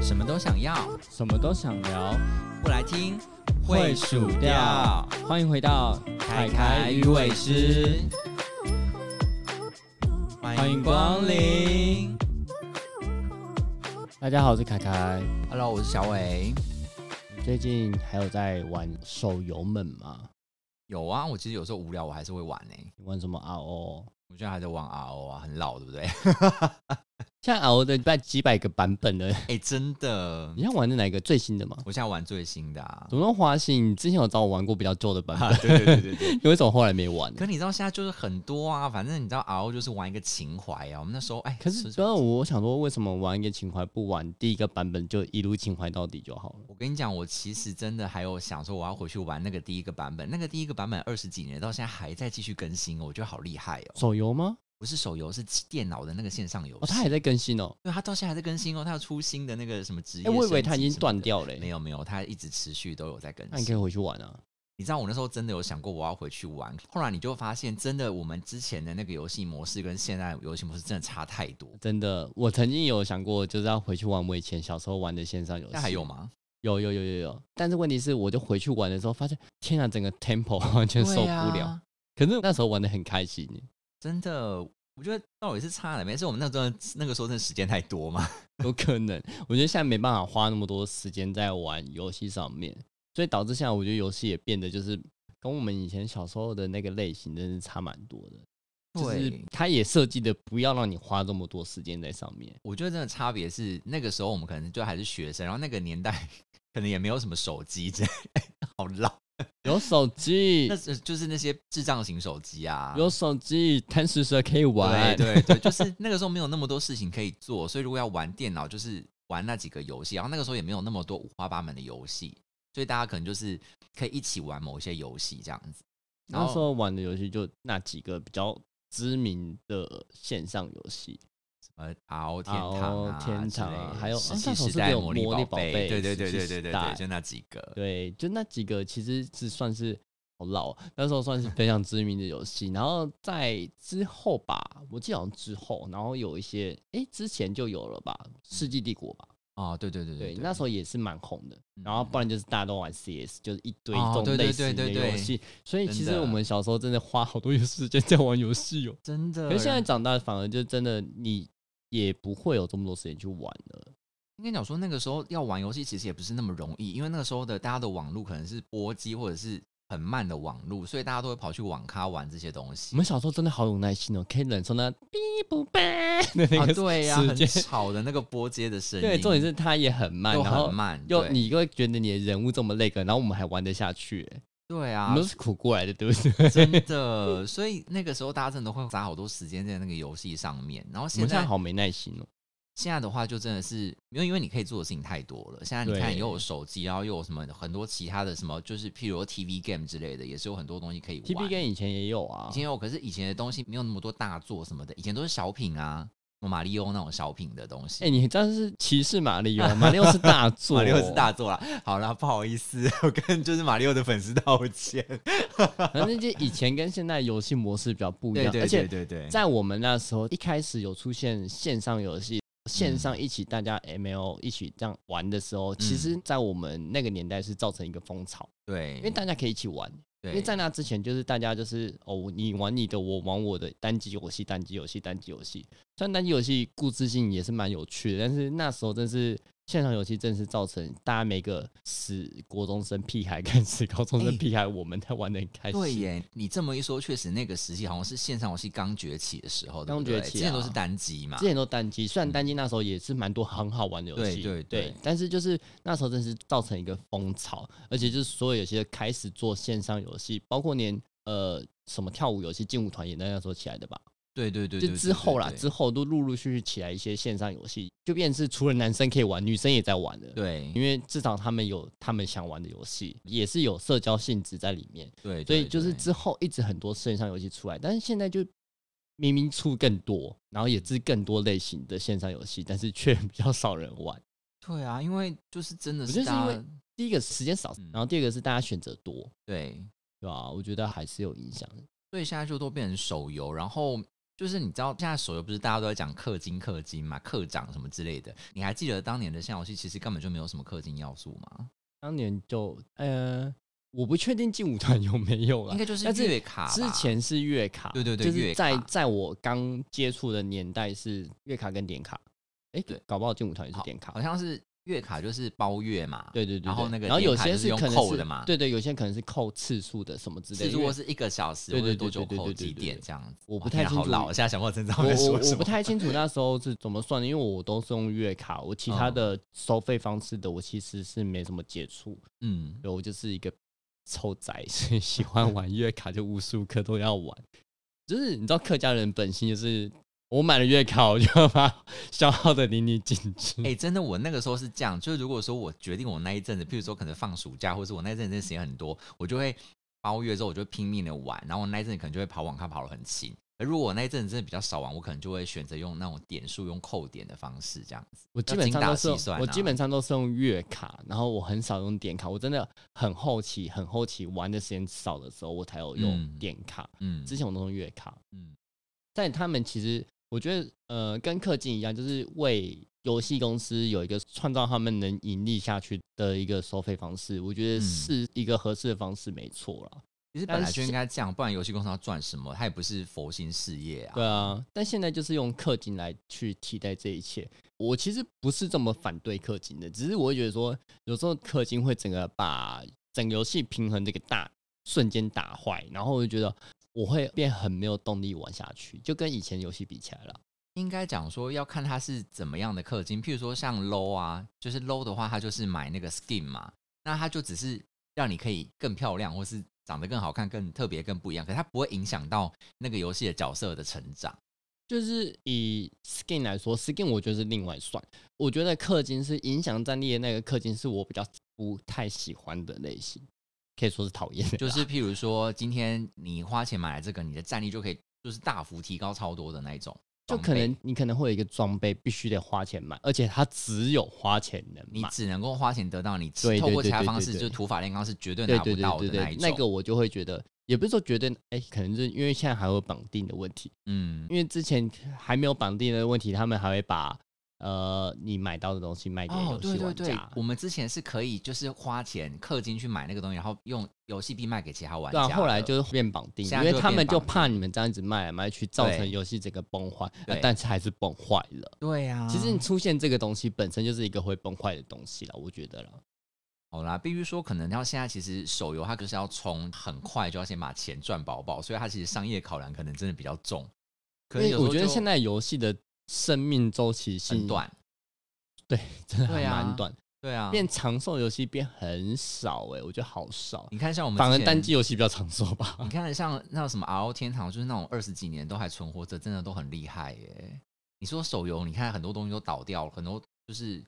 什么都想要，什么都想聊，不来听会数掉。欢迎回到凯凯与伟师，欢迎光临。大家好，我是凯凯。 Hello，我是小伟。你最近还有在玩手游们吗？有啊，我其实有时候无聊，我还是会玩呢、你玩什么 RO？我现在还在玩 RO 啊，很老，对不对？哎、现在 RO 的百几百个版本了，真的你，要玩的哪一个最新的吗？我现在玩最新的 啊怎。么那么花心？你之前有找我玩过比较旧的版啊 本，，对对对对对。有一种后来没玩。 可你知道现在就是很多啊，反正你知道 RO 就是玩一个情怀啊。我们那时候哎，可是，就刚刚我想说，为什么玩一个情怀不玩第一个版本就一路情怀到底就好了？我跟你讲，我其实真的还有想说，我要回去玩那个第一个版本。那个第一个版本二十几年到现在还在继续更新，我觉得好厉害哦！手游吗？不是手游，是电脑的那个线上游戏。哦，它还在更新哦。对，它到现在还在更新哦，它要出新的那个什么职业哎、升级什么我的。以为它已经断掉了、没有没有，它一直持续都有在更那你可新。以回去玩啊。你知道我那时候真的有想过我要回去玩，后来你就发现，真的我们之前的那个游戏模式跟现在的游戏模式真的差太多。真的，我曾经有想过，就是要回去玩我以前小时候玩的线上游戏。那还有？吗？有有有有有。但是问题是，我就回去玩的时候，发现天啊，整个 tempo 完全受不对了。啊可是那时候玩的很开心，真的，我觉得到底是差哪边？是我们那段那个时候真的时间太多嘛？有可能。我觉得现在没办法花那么多时间在玩游戏上面，所以导致现在我觉得游戏也变得就是跟我们以前小时候的那个类型真的是差蛮多的。就是对它也设计的不要让你花这么多时间在上面。我觉得真的差别是，那个时候我们可能就还是学生，然后那个年代 可能也没有什么手机之类，好老。有手机 那，是就是那些智障型手机啊，有手机，贪食蛇可以玩。对对对，就是那个时候没有那么多事情可以做，所以如果要玩电脑，就是玩那几个游戏，然后那个时候也没有那么多五花八门的游戏，所以大家可能就是可以一起玩某一些游戏这样子。然那后时候玩的游戏就那几个比较知名的线上游戏，呃，RO 天堂哦啊，天之堂类啊的还有石啊那器时候时是不代是有力魔力宝贝，贝对对石对器对时对对代对，就那几个。对，就那几个其实是算是好老哦，那时候算是非常知名的游戏。然后在之后吧，我记得好像之后，然后有一些诶，之前就有了吧，《世纪帝国》吧，哦，对对对对，对，那时候候也是蛮红的。嗯然后不然就是大家都玩 CS，就是一堆哦对这种对类型的对对对游戏。所以真其实的我们小时候真的花好多时间在玩游戏哦。真的，可是现在长大，反而就真的你也不会有这么多时间去玩了。应该讲说，那个时候要玩游戏其实也不是那么容易，因为那个时候的大家的网络可能是波机或者是很慢的网络，所以大家都会跑去网咖玩这些东我西。们小时候真的好有耐心哦，可以忍受那哔不吧的啊 那，个对呀、时很间。吵的那个波接的声音，对，重点是它也很慢，又然后很慢，又对你又会觉得你的人物这么那个，然后我们还玩得下去、欸对我啊们， 都是苦过来的，对不对？ 真的，所以那个时候大家真的会砸好多时间在那个游戏上面。然后我现们现在在好没耐心哦、现在的话，就真的是因为因为你可以做的事情太多了。现在你对看，又有手机，然后又有什么很多其他的什么，就是譬如说 TV game 之类的，也是有很多东西可以玩。 T B 跟以前也有啊，以前有，可是以前的东西没有那么多大作什么的，以前都是小品啊，什么马里奥那种小品的东西。哎、你这哦样是歧视马里奥，马里奥是大作，马里奥是大作啦，好啦，不好意思， 我跟就是马里奥的粉丝道 歉。反正就以前跟现在游戏模式比较不一对样，对而且对对对，在我们那时候一开始有出现线上游戏，线嗯上一起大家 ML 一起这样玩的时候，其嗯实，在我们那个年代是造成一个风潮，对，因为大家可以一起玩。因因为在那之前，就是大家就是哦，你玩你的，我玩我的，单机游戏、单机游戏、单机游戏。虽然单机游戏故事性也是蛮有趣的，但是那时候真是线上游戏，真是造成大家每个死国中生屁孩跟死高中哎生屁孩，我们在玩的很开心。对耶，你这么一说，确实那个时期好像是线上游戏刚崛起的时候，对不刚崛对之起前啊都是单机嘛之。前都单机，虽然单机那时候也是蛮多很好玩的游戏，对对对但是就是那时候真是造成一个风潮，而且就是所有游戏都开始做线上游戏，包括连呃什么跳舞游戏、劲舞团也那那时候起来的吧，对对对，就对对之后啦，对之后都陆陆续续起来一些线上游戏，就变成是除了男生可以玩，女生也在玩的，，对因为至少他们有他们想玩的游戏，也是有社交性质在里面，对，所以对就是对之后一直很多线上游戏出来，但是现在就明明出更多，然后也是更多类型的线上游戏，但是却 比较少人玩。对啊，因为就是真的我是觉得是因大为家第一个时间少嗯，然后第二个是大家选择多，对对吧、我觉得还是有影响的。所以现在就都变成手游，然后就是你知道现在手游不是大家都在讲氪金、氪金嘛，氪长什么之类的。你还记得当年的线游戏其实根本就没有什么氪金要素吗？当年就呃，我不确定劲舞团 有没有应了。该就是啊但是月卡吧之前是月卡，对对对就是月在卡在我刚接触的年代是月卡跟点卡，哎、对搞不好劲舞团也是好点卡好，像是月卡就是包月嘛，对对对对然后那个然后有点卡些就是用可能扣是的嘛对对，有些可能是扣次数的什么之类是的，如因为果是一个小时对或对者对多久对对扣对对几对点对这样子。我不哇天太啊清好楚老，我现在想不到真的我在说我什我不么。太清 楚那时候是怎么算的，因为我都是用月卡，我其他嗯的收费方式的我其实是没什么接触，嗯，对我就是一个 臭宅，所以喜欢玩月卡就无时无刻都要玩。就是你知道客家人本性就是，我买了月卡我就要把它消耗的淋漓尽致。哎、真的，我那个时候是这样，就是如果说我决定我那一阵子，譬如说可能放暑假，或者我那一阵子真的时间很多，我就会包月之后我就拼命的玩，然后我那一阵子可能就会跑网咖跑得很勤。而如果我那一阵子真的比较少玩，我可能就会选择用那种点数、用扣点的方式这样子。我基本上都是精打细算用啊我基本上都是用月卡，然后我很少用点卡。我真的很后期很后期玩的时间少的时候，我才有用嗯点卡。嗯，之前我都用月卡，嗯但他们其实我觉得呃跟氪金一样，就是为游戏公司有一个创造他们能盈利下去的一个收费方式，我觉得嗯是一个合适的方式，没错啦。其实但本来是就应该这样，不然游戏公司要赚什么？它也不是佛心事业啊。对啊，但现在就是用氪金来去替代这一切。我其实不是这么反对氪金的，只是我会觉得说，有时候氪金会整个把整个游戏平衡这个大瞬间打坏，然后我就觉得我会变很没有动力玩下去，就跟以前游戏比起来了。应该讲说要看它是怎么样的氪金，譬如说像 low 啊，就是 low 的话，它就是买那个 skin 嘛，那它就只是让你可以更漂亮，或是长得更好看、更特别、更不一样，可它不会影响到那个游戏的角色的成长。就是以 skin 来说，skin 我觉得是另外算。我觉得氪金是影响战力的那个氪金，是我比较不太喜欢的类型，可以说是讨厌的啦。就是譬如说，今天你花钱买了这个，你的战力就可以就是大幅提高超多的那一种就装备，可能你可能会有一个装备必须得花钱买，而且它只有花钱能你买。只能够花钱得到，你对对透过其他对对方式，对就是土法炼钢是绝对对拿对不对到的对那对一，种。那个我就会觉得，也不是说觉得，哎、可能是因为现在还会绑定的问题，嗯因为之前还没有绑定的问题，他们还会把呃你买到的东西卖给哦，游对戏对玩对家，，我们之前是可以就是花钱氪金去买那个东西，然后用游戏币卖给其他玩对家啊，的。后来就是变绑定，现因在为就他们变就绑怕你们这样子卖来卖去，造成对游戏整个崩坏，啊对但是还是崩坏了。对啊，其实你出现这个东西本身就是一个会崩坏的东西了，我觉得了。好啦，必须说，可能到现在其实手游它就是要冲很快，就要先把钱赚饱饱，所以它其实商业考量可能真的比较重。可因能为有时我候觉得就现在游戏的生命周期性很，短， 真的还对啊蛮短，对啊，变长寿游戏变很少哎、我觉得好少，你看像我们反而之前单机游戏比较长寿吧。你看像那什么 RO 天堂，就是那种二十几年都还存活着，真的都很厉害耶。你说手游，你看很多东西都倒掉了，很多就是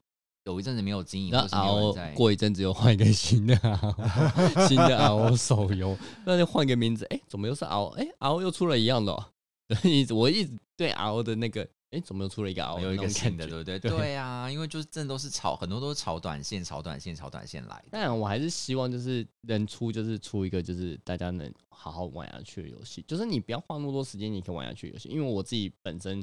有一阵子没有经营，或然后是没有人 RO 在。啊过一阵子又换一个新的 RO，新的 RO 手游，那就换个名字，哎、怎么又是 RO？哎、r o 又出了一样的、哦， 所以我一直对 RO 的那个，哎、怎么又出了一个 RO？有一个那种感新的，对觉不 对？对对啊，因为就是真的都是炒，很多都是炒短线、炒短线、炒短线来的。当然，我还是希望就是能出就是出一个就是大家能好好玩下去的游戏，就是你不要花那么多时间，你可以玩下去的游戏。因为我自己本身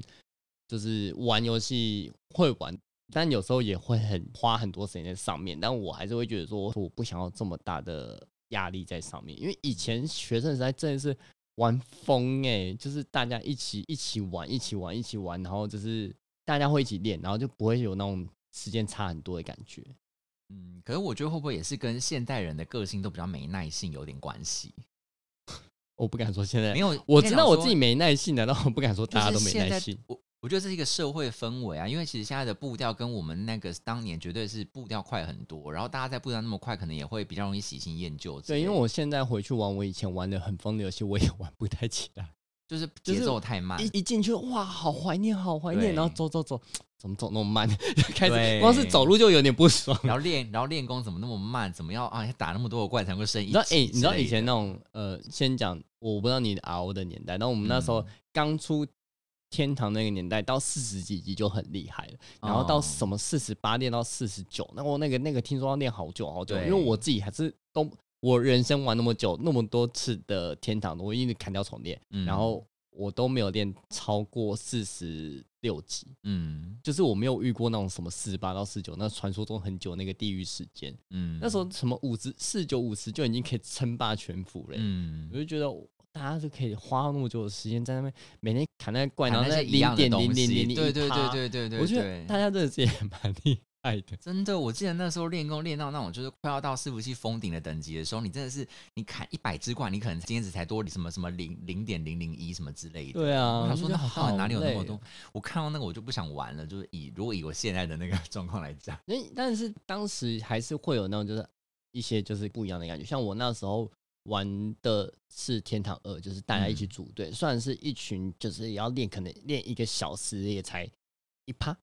就是玩游戏会玩，但有时候也会很花很多时间在上面，但我还是会觉得说我不想要这么大的压力在上面，因为以前学生时代真的是玩疯哎、就是大家一起一起玩，一起玩，一起玩，然后就是大家会一起练，然后就不会有那种时间差很多的感觉。嗯，可是我觉得会不会也是跟现代人的个性都比较没耐性有点关系？我不敢说现在没有， 我跟你知讲道我说自己没耐性的，但我不敢说就是大家都没现耐在性。我我觉得这是一个社会氛围啊，因为其实现在的步调跟我们那个当年绝对是步调快很多，然后大家在步调那么快，可能也会比较容易喜新厌旧之对，类的。因为我现在回去玩我以前玩的很疯的游戏，我也玩不太起来。就是就节是奏太慢， 一一进去，哇，好怀念，好怀念，对然后走走走，怎么走那么慢？ 就开始对光是走路就有点不爽。然后练，然后练功怎么那么慢？怎么要啊要打那么多个怪才能够升一级你知道，之哎、类的？你知道以前那种呃，先讲，我不知道你的 RO 的年代，然后我们那时候嗯刚出天堂那个年代，到四十几级就很厉害了，然后到哦什么四十八练到四十九，那我那个那个听说要练好久好久，对因为我自己还是都我人生玩那么久，那么多次的天堂，我一直砍掉重练，嗯然后我都没有练超过四十六级，嗯就是我没有遇过那种什么四十八到四九，那传说中很久那个地狱时间，嗯，那时候什么五十四九五十就已经可以称霸全服了欸、我嗯，就觉得大家就可以花那么久的时间在那边每天砍那个怪，反然后正在是一零样的点零东零零西，零，对对对对对对，我觉对得大家真的是也蛮厉害的。真的，我记得那时候练功练到那种就是快要到伺服器封顶的等级的时候，你真的是你砍一百只怪，你可能今天只才多什么什么零零点零零一什么之类的。对啊，我想说，就那觉得到哦底哪里有那好么累啊多？？我看到那个我就不想玩了，就是以如果以我现在的那个 状况来讲，那但是当时还是会有那种就是一些就是不一样的感觉。像我那时候玩的是《天堂二》，就是大家一起嗯组队，虽然是一群，就是也要练，可能练一个小时也才一趴，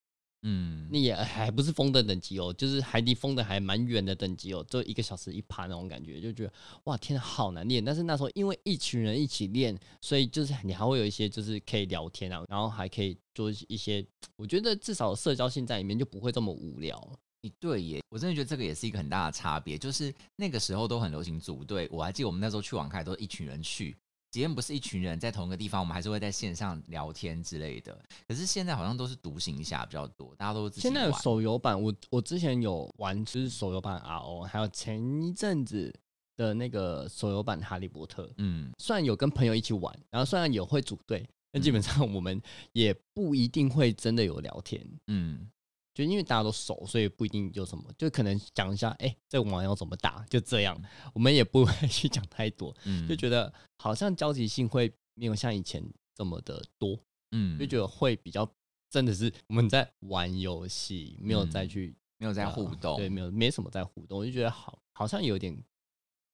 嗯，那也还不是风的等级哦，就是还离风的还蛮远的等级哦，就一个小时一趴那种感觉，就觉得哇天啊，好难练。但是那时候因为一群人一起练，所以就是你还会有一些就是可以聊天啊，然后还可以做一些，我觉得至少社交性在里面就不会这么无聊。你对耶，我真的觉得这个也是一个很大的差别，就是那个时候都很流行组队，我还记得我们那时候去网咖也都是一群人去，即便不是一群人在同一个地方，我们还是会在线上聊天之类的。可是现在好像都是独行侠比较多，大家都是自己现在有玩手游版，我我之前有玩，就是手游版 RO，还有前一阵子的那个手游版哈利波特，嗯虽然有跟朋友一起玩，然后虽然有会组队，但嗯基本上我们也不一定会真的有聊天，嗯就因为大家都熟，所以不一定有什么，就可能讲一下，哎、这个网要怎么打，就这样，我们也不会去讲太多，嗯，就觉得好像交集性会没有像以前这么的多，嗯就觉得会比较真的是我们在玩游戏，没有再嗯去没有在互动，对，没有没什么在互动，我就觉得好好像有点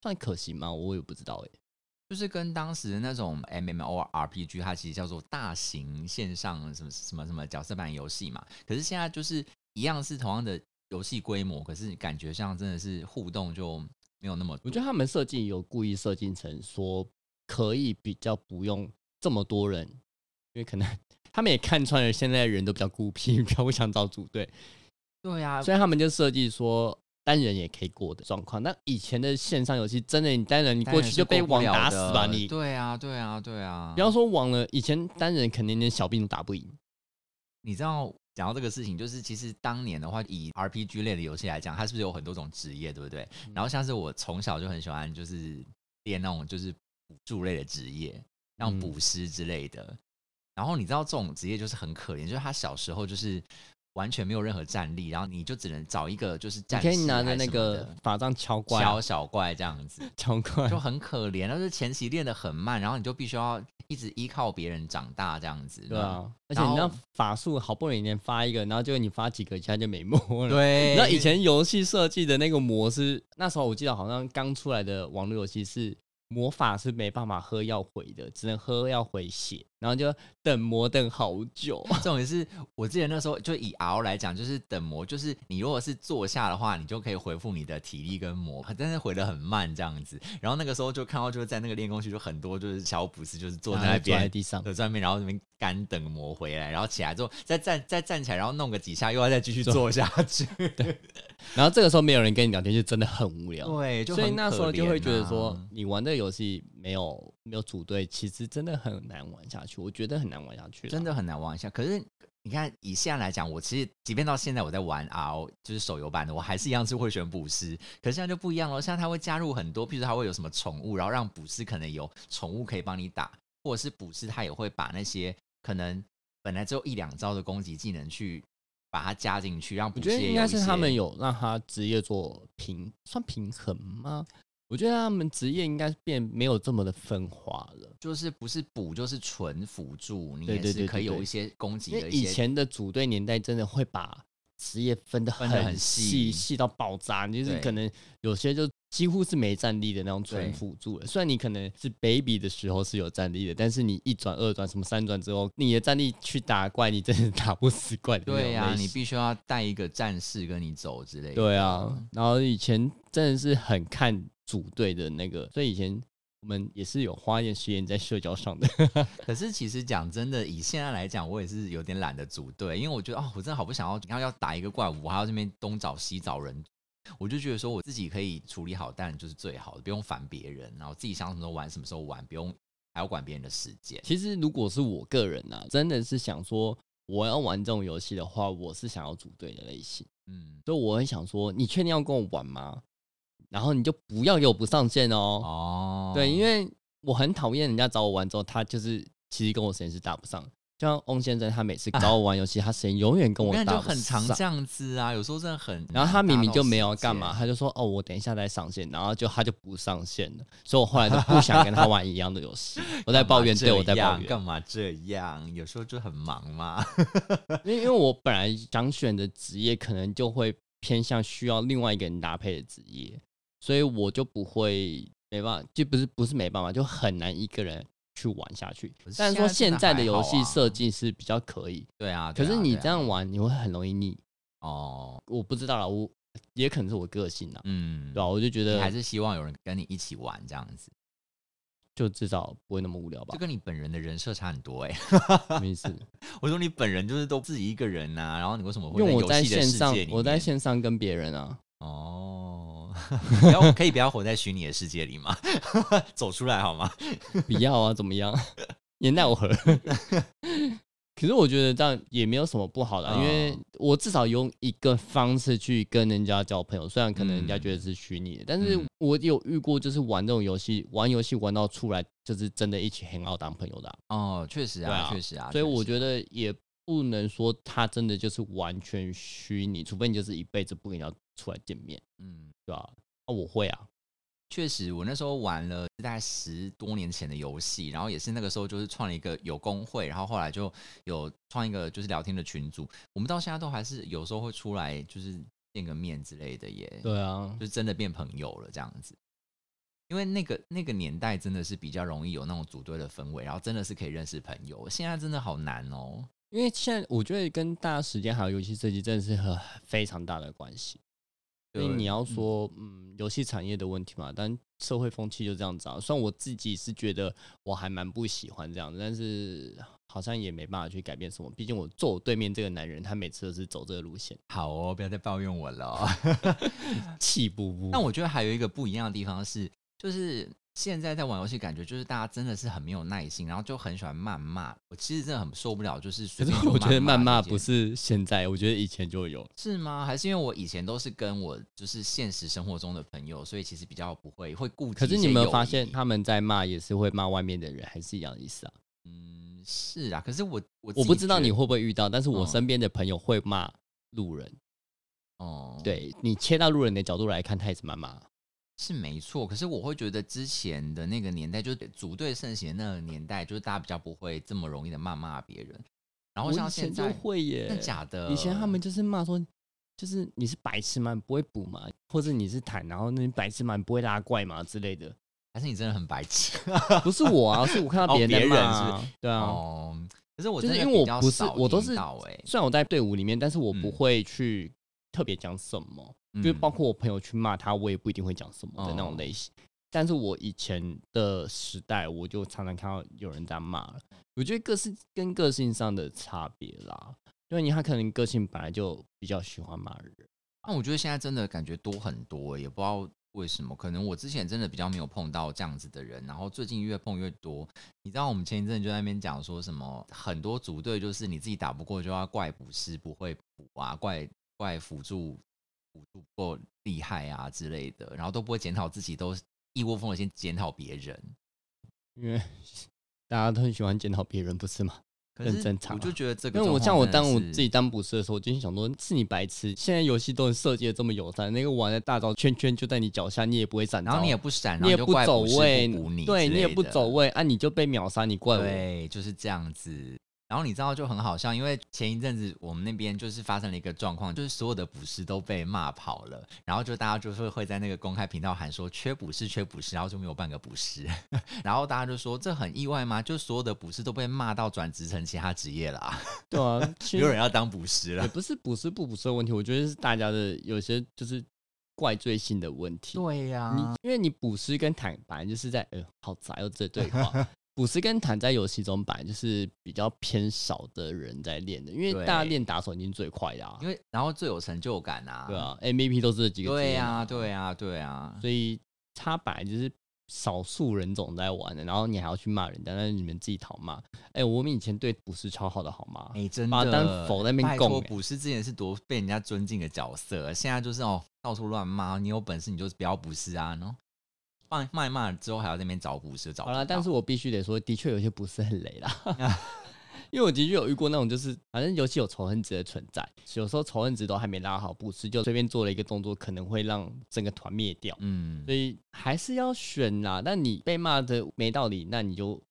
算可惜吗？我也不知道哎、就是跟当时的那种啊 MMORPG，它其实叫做大型线上什么什么什么角色版游戏嘛。可是现在就是一样是同样的游戏规模，可是感觉上真的是互动就没有那么多。我觉得他们设计有故意设计成说可以比较不用这么多人，因为可能他们也看穿了现在人都比较孤僻，比较不想找组队，对 啊，所以他们就设计说单人也可以过的状况。那以前的线上游戏真的你单人你当过然去是就被过不网了打死的吧你。对啊，对啊，对啊。不要说网了，以前单人肯定连小兵都打不赢。你知道讲到这个事情，就是其实当年的话，以 RPG 类的游戏来讲，它是不是有很多种职业，对不对？然嗯后像是我从小就很喜欢，就是练那种就是辅助类的职业，像嗯捕师之类的。然后你知道这种职业就是很可怜，就是他小时候就是完全没有任何战力，然后你就只能找一个就是你战士可以拿着还是那什么个的啊法杖敲 怪啊、敲小怪这样 子。敲怪啊就很可怜，但是前期练得很慢，然后你就必须要一直依靠别人长大这样子。对啊，而且然你那后法术好不容易连发一个，然后结果你发几个，其他就没墨了。对，那以前游戏设计的那个模式，那时候我记得好像刚出来的网络游戏是魔法是没办法喝药回的，只能喝药回血，然后就等魔等好久。重点是我记得那时候就以 R 来讲，就是等魔，就是你如果是坐下的话，你就可以回复你的体力跟魔，但是回的很慢这样子。然后那个时候就看到就是在那个练功区就很多就是小捕士就是坐在那 坐在边。地上，坐在那边，然后那边干等魔回来，然后起来之后再站再站起来，然后弄个几下，又要再继续坐下去。然后这个时候没有人跟你聊天，就真的很无聊。对，就所以很那时可候就怜会觉得啊说，你玩的游戏没有没有组队，其实真的很难玩下去。我觉得很难玩下去啦，真的很难玩一下。可是你看，以现在来讲，我其实即便到现在我在玩 RO，就是手游版的，我还是一样是会选捕师。可是现在就不一样了，现在它会加入很多，譬如它会有什么宠物，然后让捕师可能有宠物可以帮你打，或者是捕师它也会把那些可能本来只有一两招的攻击技能去把它加进去，让我捕师觉得也应有该一是他些们有让他职业做平，算平衡吗？我觉得他们职业应该变没有这么的分化了，就是不是补就是纯辅助，你对也对是对可对以有对一些攻击因的为一以些。前的组队年代真的会把职业分得分得很细细，细到爆炸，就是对可能有些就几乎是没战力的那种对纯辅助了。虽然你可能是 baby 的时候是有战力的，但是你一转、二转、什么三转之后，你的战力去打怪，你真的打不死怪的那种对啊呀、类你型必须要带一个战士跟你走之类的。对啊，然后以前真的是很看组队的那个，所以以前我们也是有花一点时间在社交上的。 可是其实讲真的，以现在来讲，我也是有点懒得组队，因为我觉得哦，我真的好不想要，然后要打一个怪物，我还要这边东找西找人，我就觉得说我自己可以处理好，当然就是最好的，不用烦别人，然后自己想什么时候玩什么时候玩，不用还要管别人的时间。其实如果是我个人啊，真的是想说我要玩这种游戏的话，我是想要组队的类型，嗯，所以我很想说，你确定要跟我玩吗？然后你就不要给我不上线哦。哦，对，因为为我很讨厌人家找我玩之后，他就是其实跟我时间是搭不上。就像翁先生，他每次找我玩游戏，他时间永远啊跟我我跟你搭就不很常上这。样子啊，有时候真的很，然后他明明就没有要干嘛，，他就说哦，我等一下再上线，然后就他就不上线了，所以我后来就不想跟他玩一样的游戏，我在抱 怨，对我在抱怨，干嘛这样？有时候就很忙嘛， 因为因为我本来想选的职业可能就会偏向需要另外一个人搭配的职业，所以我就不会没办法，就不是不是没办法，就很难一个人去玩下去可是。但是说现现在在真的的还好游啊戏设计是比较可以，对啊。可对啊是你对啊这样玩你会很容易腻。哦，我不知道啦，我也可能是我个性啦，嗯对吧、，我就觉你得还是希望有人跟你一起玩这样子，就至少不会那么无聊吧就，跟你本人的人设差很多哎、没事。 我说你本人就是都自己一个人呐、然后你为什么会因为我游在戏的线世上界里，面我在线上跟别人啊，哦， 不要可以不要活在虚拟的世界里吗？ 走出来好吗？不要啊，怎么样？也奈我何。 可是我觉得这样也没有什么不好的、啊嗯因为我至少用一个方式去跟人家交朋友，虽然可能人家嗯觉得是虚拟的，但是嗯我有遇过就是玩这种游戏，玩游戏玩到出来就是真的一起很好当朋友的啊、哦，确实对啊，啊确、实啊，所以我得觉得也不能说他真的就是完全虚拟，除非你就是一辈子不跟人家出来见面，嗯。对吧、啊，我会啊，确实，我那时候玩了大概十多年前的游戏，然后也是那个时候就是创了一个有工会，然后后来就有创一个就是聊天的群组，我们到现在都还是有时候会出来就是见个面之类的耶，对啊，就真的变朋友了这样子。因为那个那个年代真的是比较容易有那种组队的氛围，然后真的是可以认识朋友。现在真的好难哦，因为现在我觉得跟大家时间还有游戏设计真的是很非常大的关系。所以对你要说，嗯，游戏产业的问题嘛，但社会风气就这样子啊。虽然我自己是觉得我还蛮不喜欢这样的，但是好像也没办法去改变什么。毕竟我坐我对面这个男人，他每次都是走这个路 线，好哦，不要再抱怨我了哦、气不不。但我觉得还有一个不一样的地方是，就是现在在玩游戏，感觉就是大家真的是很没有耐心，然后就很喜欢谩骂。我其实真的很受不了，就是可随是便我就觉得谩骂这件不是现在，我觉得以前就有。是吗？还是因为我以前都是跟我就是现实生活中的朋友，所以其实比较不会会顾及可一些友谊。是你有没有发现，他们在骂也是会骂外面的人，还是一样的意思啊？嗯，是啊。可是我我我自不己知道觉你得会不会遇到，但是我嗯身边的朋友会骂路人。哦，对你切到路人的角度来看，他也是谩骂。是没错，可是我会觉得之前的那个年代，就是组队盛行的那个年代，就是大家比较不会这么容易的谩骂别人。然后我以像前现就在，会耶，真的假的？以前他们就是骂说，就是你是白痴吗？你不会补吗？或者你是坦，然后那你白痴吗？你不会拉怪吗？之类的。 还是你真的很白痴不是我啊，是我看到哦别人别在人骂啊、对啊。哦。可是我就是真的因为比我较不是少我都听是到欸虽然我在队伍里面，但是我不嗯会去特别讲什么，就是包括我朋友去骂他，我也不一定会讲什么的那哦种类型。但是我以前的时代，我就常常看到有人在骂了。我觉得个性跟个性上的差别啦，因为你他可能个性本来就比较喜欢骂人。那啊我觉得现在真的感觉多很多，欸也不知道为什么。可能我之前真的比较没有碰到这样子的人，然后最近越碰越多。你知道我们前一阵就在那边讲说什么，很多组队就是你自己打不过就要怪补师不会补啊，怪怪辅助辅助不够厉害啊之类的，然后都不会检讨自己，都一窝蜂的先检讨别人。因为 大家都很喜欢检讨别人，不是吗？可是很正常我啊就觉得这个因为我状像我况真的当我是自己当捕食的时候，我就心想说，是你白痴，现在游戏都设计的这么友善，那个玩的大招圈圈就在你脚下，你也不会闪招，然后你也不闪，然你后也就不怪走不是位不补你，对之你也类不的走位，啊，你就被秒杀，你怪我。对，就是这样子。然后你知道就很好笑，因为前一阵子我们那边就是发生了一个状况，就是所有的捕师都被骂跑了，然后就大家就是会在那个公开频道喊说缺捕师缺捕师，然后就没有半个捕师， 然后大家就说这很意外吗？就所有的捕师都被骂到转职成其他职业了、啊，对啊， 其没有实人啊要当捕师也了。不是捕食不捕食的问题，我觉得是大家的有些就是怪罪性的问题。对呀、啊 你因为你捕食跟坦白就是在呃，好杂哦，这对话，古诗跟弹在游戏中本来就是比较偏少的人在练的，因为对大家练打手已经最快啦、因为然后最有成就感啊，对啊，MVP 都是这几个对职业呀、嘛对呀、对呀、所以他本来就是少数人种在玩的，然后你还要去骂人家，那你们自己讨骂。哎、我们以前对捕食超好的好吗？哎、真啊把的，它当否在那边拜托供欸捕师之前是多被人家尊敬的角色，现在就是哦到处乱骂，你有本事你就不要捕师啊，然后骂骂一骂之后还要在那边找捕师找不好到。啦，但是我必须得说，的确有些不是很 雷啦。 因为我的确有遇过那种，就是反正游戏有仇恨值的存在，有时候仇恨值都还没拉好，不是就随便做了一个动作，可能会让整个团灭掉。嗯所，以还是要选啦。但你被骂的没道理，那你就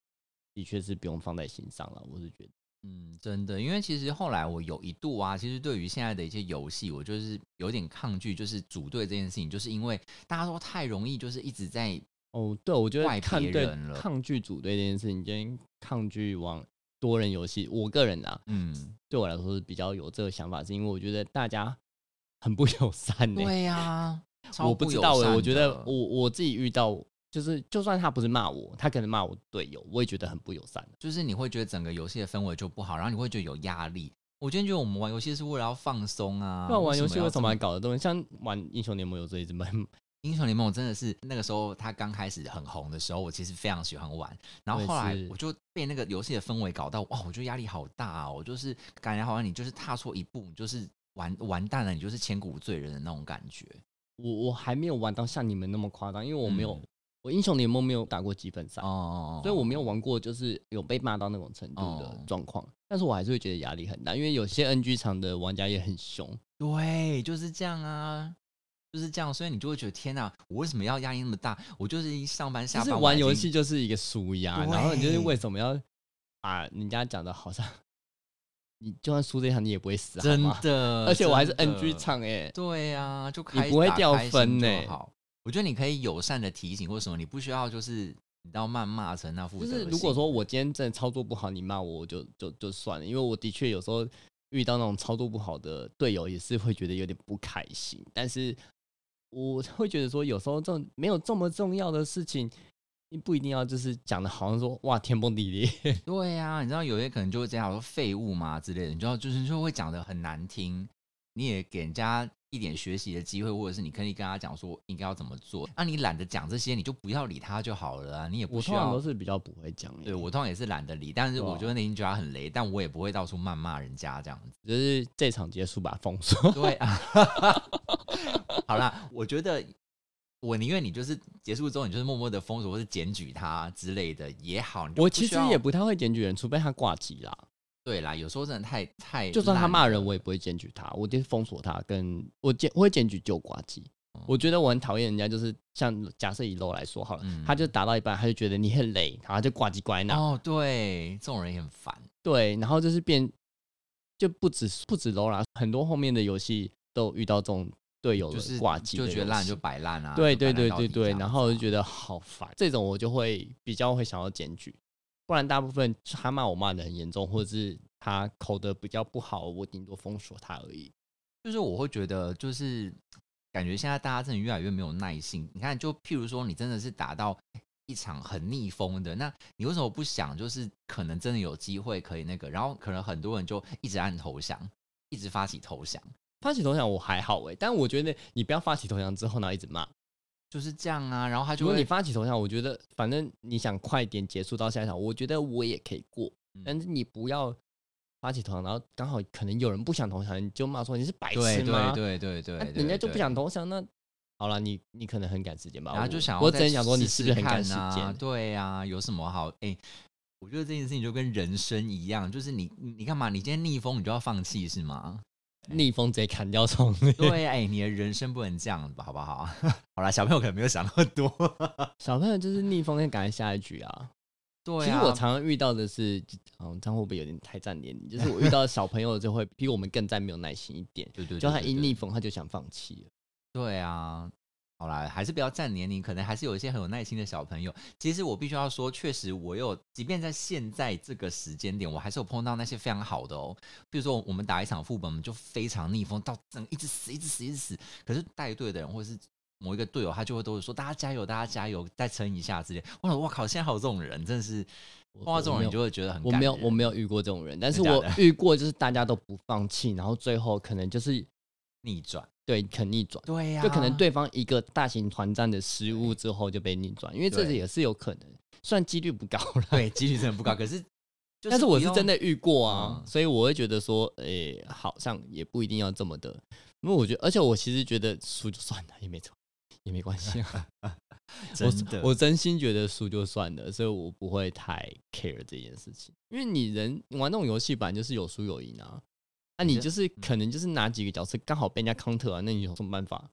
的确是不用放在心上了。我是觉得，嗯，真的，因为其实后来我有一度啊，其实对于现在的一些游戏，我就是有点抗拒，就是组队这件事情，就是因为大家都太容易，就是一直在哦，对，我觉怪得抗别对人了抗拒组队这件事情，跟抗拒往多人游戏，我个人啊，嗯，对我来说是比较有这个想法，是因为我觉得大家很不友善欸呢、对呀、 超啊我不不知友道欸善我觉得的我我自己遇到，就是就算他不是骂我，他可能骂我队友，我也觉得很不友善。啊就是你会觉得整个游戏的氛围就不好，然后你会觉得有压力。我今天觉得我们玩游戏是为了要放松啊，那、玩游戏要为什么还这么？搞得动？像玩英雄联盟有这一只蛮英雄联盟真的是那个时候它刚开始很红的时候，我其实非常喜欢玩，然后后我来也是我就被那个游戏的氛围搞到，哇，我觉得压力好大哦，我就是感觉好像你就是踏错一步，你就是完完蛋了，你就是千古罪人的那种感觉。我我还没有玩到像你们那么夸张，因为我没有、嗯我英雄联盟没有打过积分赛，哦哦哦，所以我没有玩过就是有被骂到那种程度的哦有状况。但是我还是会觉得压力很大，因为有些 NG 场的玩家也很凶。对，就是这样啊。就是这样，所以你就会觉得天哪，我为什么要压力那么大？我就是一上班下就是班玩游已经戏就是一个输压，对然后你就是为什么要把人家讲的好像你就算输这一场你也不会死，真好 吗？的，而且我还是真的 NG。场哎、对啊，就开不会打掉开心分就呢好，我觉得你可以友善的提醒或什么，你不需要就是你知道谩骂成那副就德行。是如果说我今天真的操作不好，你骂我，我就就就算了，因为我的确有时候遇到那种操作不好的队友，也是会觉得有点不开心。但是我会觉得说，有时候这种没有这么重要的事情，你不一定要就是讲的好像说哇天崩地裂。对啊，你知道有些可能就会这样说废物嘛之类的，你知道就是就会讲的很难听，你也给人家一点学习的机会，或者是你可以跟他讲说应该要怎么做。那、你懒得讲这些，你就不要理他就好了啊，你也不我需通常要都。是比较不会讲、欸，对我通常也是懒得理，但是对啊我觉得那天觉得很雷，但我也不会到处谩骂人家这样子。就是这场结束吧，封锁。 对啊， 好啦，我觉得我宁愿你就是结束之后，你就是默默的封锁或是检举他之类的也好。你就我不其需实要也不太会检举人，除非他挂机啦。对啦，有时候真的太太，就算他骂人，我也不会检举他，我就是封锁他，跟我检我会检举旧挂机嗯。我觉得我很讨厌人家，就是像假设以 low 来说好了，嗯他就打到一半，他就觉得你很累，然后他就挂机挂在那。哦，对，这种人也很烦。对，然后就是变就不止不止 low 啦，很多后面的游戏都有遇到这种队友就是的挂机的就游戏，觉得烂就摆烂啊，对就摆对烂对到对底对，这样然后我子啊就觉得好烦，这种我就会比较会想要检举，不然大部分他骂我骂的很严重，或者是他口德比较不好，我顶多封锁他而已。就是我会觉得，就是感觉现在大家真的越来越没有耐性。你看，就譬如说，你真的是打到一场很逆风的，那你为什么不想，就是可能真的有机会可以那个？然后可能很多人就一直按投降，一直发起投降，发起投降我还好哎、但我觉得你不要发起投降之后呢一直骂，就是这样啊。然后他如就果你会，发起投降，我觉得反正你想快点结束到下一场，我觉得我也可以过，嗯但是你不要发起投降，然后刚好可能有人不想投降，你就骂说你是白对痴对吗？对对对啊，对人家就不对想投降，那好了，你你可能很赶时间吧？然后就我想要我再只能想说你试是不试是很赶看时啊间？对啊，有什么好？哎、我觉得这件事情就跟人生一样，就是你你你干嘛？你今天逆风，你就要放弃是吗？逆风直接砍掉重力。对，哎、你的人生不能这样吧，好不好？ 好啦，小朋友可能没有想那么多。 小朋友就是逆风，要赶快下一局啊！对、啊，其实我常常遇到的是，嗯，这样会不会有点太占年龄？就是我遇到的小朋友就会比我们更再没有耐心一点，对对对就他对一对逆风他就想放弃了。对啊，好啦，还是不要占年龄，可能还是有一些很有耐心的小朋友。其实我必须要说，确实我有，即便在现在这个时间点，我还是有碰到那些非常好的哦。比如说，我们打一场副本，我们就非常逆风，到整一直死，一直死，一直死。可是带队的人或者是某一个队友，他就会都会说大家加油，大家加油，再撑一下之类。我想，哇靠，现在还有这种人，真的是碰到这种人你就会觉得很我感没有人啊我没有遇过这种人，但是真的我假的遇过就是大家都不放弃，然后最后可能就是逆转，对肯逆转，对呀、就可 能对方一个大型团战的失误之后就被逆转，因为这个对也是有可能，虽然几率不高啦，对几率真的不 高，可是就但是我是不用真的遇过啊，嗯所以我会觉得说，诶、好像也不一定要这么的，因为我觉得，而且我其实觉得输就算了，也没错，也没关系 啊。真的我我真心觉得输就算了，所以我不会太 care 这件事情，因为你人你玩那种游戏版就是有输有赢啊，那、你你嗯这就是可能就是哪几个角色刚好被人家 counter 啊，那你有什么办法？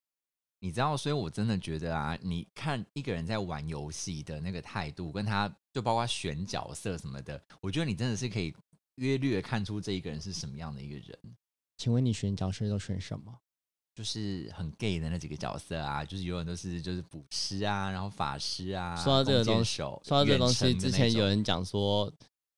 你知道，所以我真的觉得啊，你看一个人在玩游戏的那个态度，跟他就包括选角色什么的，我觉得你真的是可以约略看出这一个人是什么样的一个人，请问你选角色都选什么？就是很 gay 的那几个角色啊，就是永远都是就是捕师啊，然后法师啊，说到这个弓箭东西手，说到这个东西，远程的之那前有种人讲说，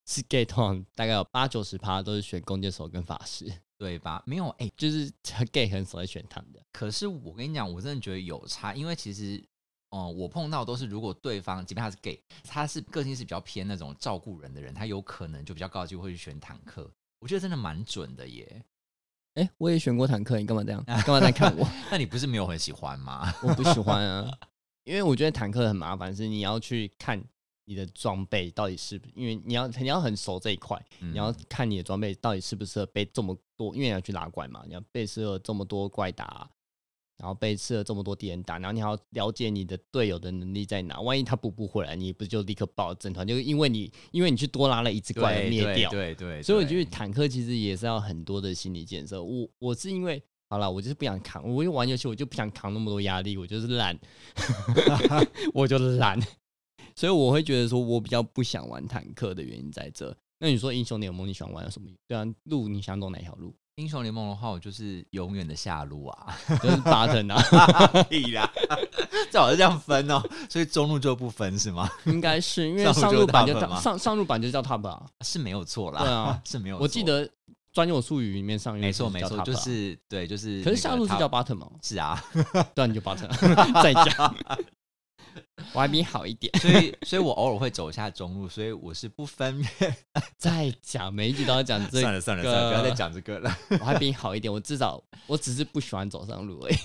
是 gay 通常大概有八九十趴都是选弓箭手跟法师，对吧？没有哎、就是很 gay 很少在选他们的。可是我跟你讲，我真的觉得有差，因为其实，哦、我碰到都是如果对方即便他是 gay，他是个性是比较偏那种照顾人的人，他有可能就比较高的机会去选坦克。我觉得真的蛮准的耶。哎、我也选过坦克，你干嘛这样？干嘛在看我？那你不是没有很喜欢吗？我不喜欢啊， 因为我觉得坦克很麻烦，是你要去看你的装备到底是不，因为你要你要很熟这一块，你你要看你的装备到底适不适合被这么多，因为你要去拉怪嘛，你要被适合这么多怪打，然后被适合这么多敌人打，然后你还要了解你的队友的能力在哪。万一他补不回来，你不就立刻爆整团？就因为你因为你去多拉了一只怪而对灭掉。对对对，所以我觉对得坦克其实也是要很多的心理建设。我我是因为好了，我就是不想扛，我因为玩游戏我就不想扛那么多压力，我就是 懒， 我就懒，所以我会觉得说我比较不想玩坦克的原因在这。那你说英雄联盟你喜欢玩什么？对啊，路你想走哪一条路？英雄联盟的话，我就是永远的下路 啊，就是 button 啊，屁啦， 最好是这样分哦。所以中路就不分是吗？ 应该是因为上上路路就版是就 top 叫吗上上路版就叫 top 啊。是没有错啦，对啊是没有错。我记得专有术语里面上没错没叫 top 错，啊就是对就是那个 top。可是下路是叫 button 吗？是啊，对啊，你就 button 啊 再讲，我还比你好一点。所以，所以我偶尔会走一下中路，所以我是不分 辨。再讲，每一集都要讲这算个，了算了个算了，不要再讲这个 了。我还比你好一点。我至少，我只是不喜欢走上路而已，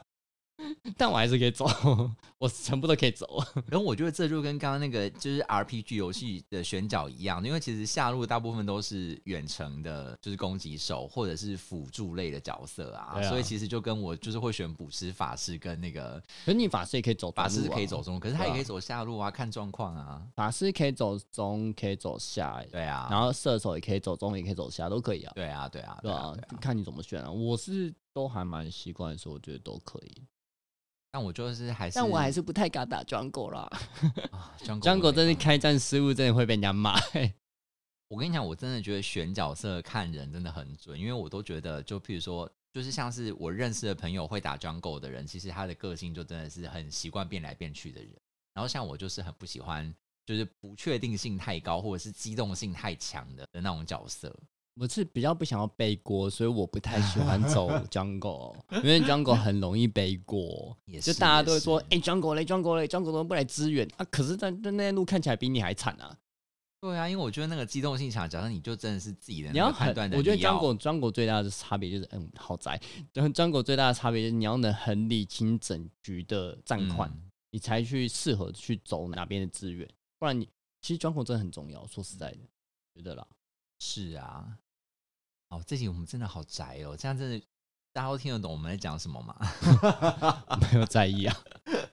但我还是可以走，我全部都可以走。然后我觉得这就跟刚刚那个就是 RPG 游戏的选角一样，因为其实下路大部分都是远程的，就是攻击手或者是辅助类的角色啊，对啊所以其实就跟我就是会选捕师、法师跟那个可是你法师也可以走、法师是可以走，中路，可是他对啊也可以走下路啊，看状况啊。法师可以走中，可以走下，对啊，然后射手也可以走中，也可以走下，都可以啊。对啊，对啊，对对啊啊，对啊，。看你怎么选啊。我是都还蛮习惯说，我觉得都可以，但我就是还是，但我还是不太敢打 Jungle 啦。 啊，Jungle 我没 Jungle 真办是法开战失误，真的会被人家骂、 我跟你讲，我真的觉得选角色看人真的很准，因为我都觉得，就譬如说，就是像是我认识的朋友会打 jungle 的人，其实他的个性就真的是很习惯变来变去的人。然后像我就是很不喜欢，就是不确定性太高或者是机动性太强的的那种角色。我是比较不想要背锅，所以我不太喜欢走 jungle，因为 jungle 很容易背锅也，就是大家也都会说，是哎、j u n g l e 嘞，jungle 嘞，jungle 怎么不来支援啊？可是但但那些路看起来比你还惨啊！对啊，因为我觉得那个机动性强，假设你就真的是自己的你那要个很判断，能我觉得力要 jungle jungle 最大的差别就是，嗯，好宅。然后 jungle 最大的差别就是你要能很理清整局的战况，嗯你才去适合去走哪边的资源，不然你其实 jungle 真的很重要。说实在的，觉得啦，是啊。哦，这集我们真的好宅哦，这样真的大家都听得懂我们在讲什么吗？ 没有在意啊，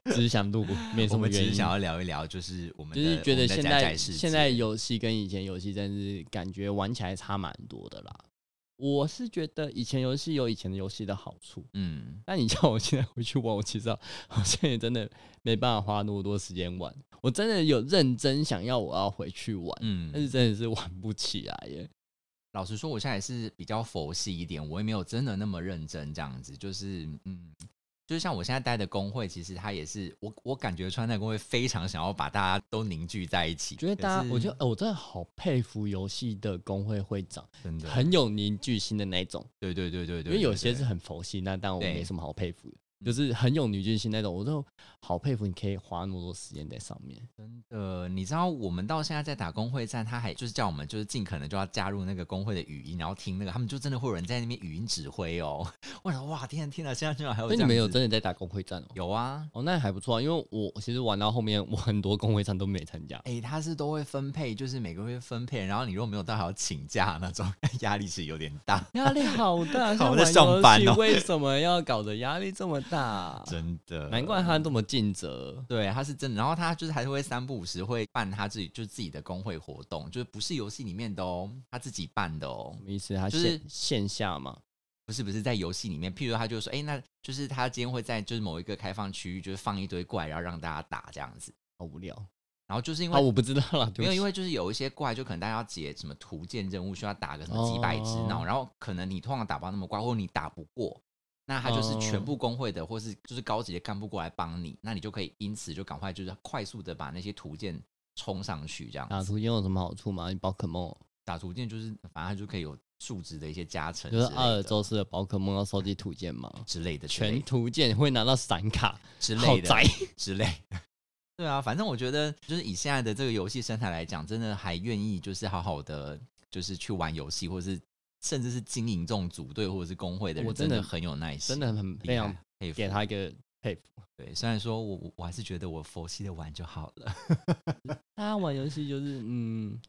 只是想录，没什我么们只原是因。想要聊一聊，就是我们就的是觉我们得的现宅在宅世界现在游戏跟以前游戏真是感觉玩起来差蛮多的啦。我是觉得以前游戏有以前的游戏的好处，嗯，但你叫我现在回去玩，我其实好像也真的没办法花那么多时间玩。我真的有认真想要我要回去玩，嗯但是真的是玩不起来耶。老实说，我现在也是比较佛系一点，我也没有真的那么认真这样子，就是嗯。就是像我现在待的工会，其实它也是我，我感觉川代工会非常想要把大家都凝聚在一起。觉得可大家，是我觉得、呃我真的好佩服游戏的工会会长，真的很有凝聚心的那一种。对对对对对，因为有对些对是很佛系，那当然我对没什么好佩服的。就是很有女军心那种，我都好佩服你可以花那么多时间在上面。真的，你知道我们到现在在打工会战，他还就是叫我们就是尽可能就要加入那个工会的语音，然后听那个，他们就真的会有人在那边语音指挥哦。 我想，哇，天啊天啊，现在居然还有所这以你样们有子真的在打工会战哦？有啊？哦，那还不错啊，因为我其实玩到后面，我很多工会战都没参加。哎、他是都会分配，就是每个月分配，然后你如果没有到还要请假那种， 压力是有点大， 压力好 大，好像在玩上游班戏哦为什么要搞得压力这么大？真的。难怪他这么尽责。对，他是真的。然后他就是还是会三不五时会办他自己就是自己的工会活动，就是不是游戏里面的哦，他自己办的哦什。么意思？他就线、是线下嘛，不是不是在游戏里面，譬如他就说，哎、那就是他今天会在就是某一个开放区域，就是放一堆怪，然后让大家打这样子。好无聊啊！然后就是因为、我不知道啦，对没不有，起因为就是有一些怪，就可能大家要解什么图鉴任务，需要打个什么几百只哦那种，然后可能你通常打不到那么怪，或者你打不过，那他哦就是全部工会的或是就是高级的干部过来帮你，那你就可以因此就赶快就是快速的把那些图鉴冲上去，这样打子图鉴有什么好处吗？你宝可梦哦打图鉴就是反正他就可以有数值的一些加成之就类是的，阿尔宙斯的宝可梦要收集图鉴嘛，之类的之类全的图鉴会拿到闪卡，之好类的宅。之类的。 对啊，反正我觉得就是以现在的这个游戏生态来讲，真的还愿意就是好好的就是去玩游戏，或是甚至是经营这种组队或者是工会的人，我真真的的很有耐心，真的很厉非常害，佩服。给他一个佩服。对，虽然说我我我还是觉得我佛系的玩就好了，大家玩游戏就是嗯，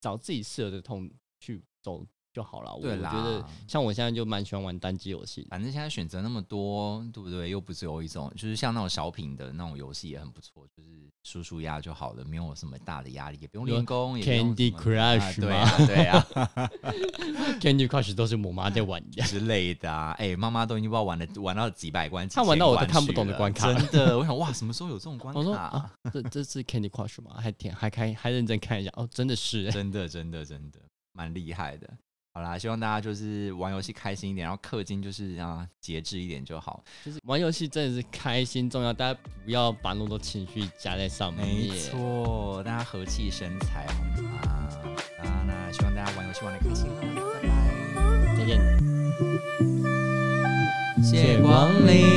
找自己适合的痛去走就好了。我对我啦觉得像我现在就蛮喜欢玩单机游戏的，反正现在选择那么多，对不对？又不只有一种，就是像那种小品的那种游戏也很不错，就是输输压就好了，没有什么大的压力，也不用有练功，也不用 Candy 什么啊 Crush 对吗啊，对啊。 Candy Crush 都是我妈在玩的。 之类的啊。哎、妈妈都已经不知道玩了玩到几百关，她玩到我都几千看不懂的关卡去了真的，我想哇，什么时候有这种关我说卡啊？， 这这是 Candy Crush 吗？还挺还开还认真看一下哦，真的是、欸。真的，真的，真的，蛮厉害的。好啦，希望大家就是玩游戏开心一点，然后氪金就是啊节制一点就好。就是玩游戏真的是开心重要，大家不要把那么多情绪加在上面。没错，大家和气生财好吗？啊，那希望大家玩游戏玩的开心，拜拜，再见。谢谢光临。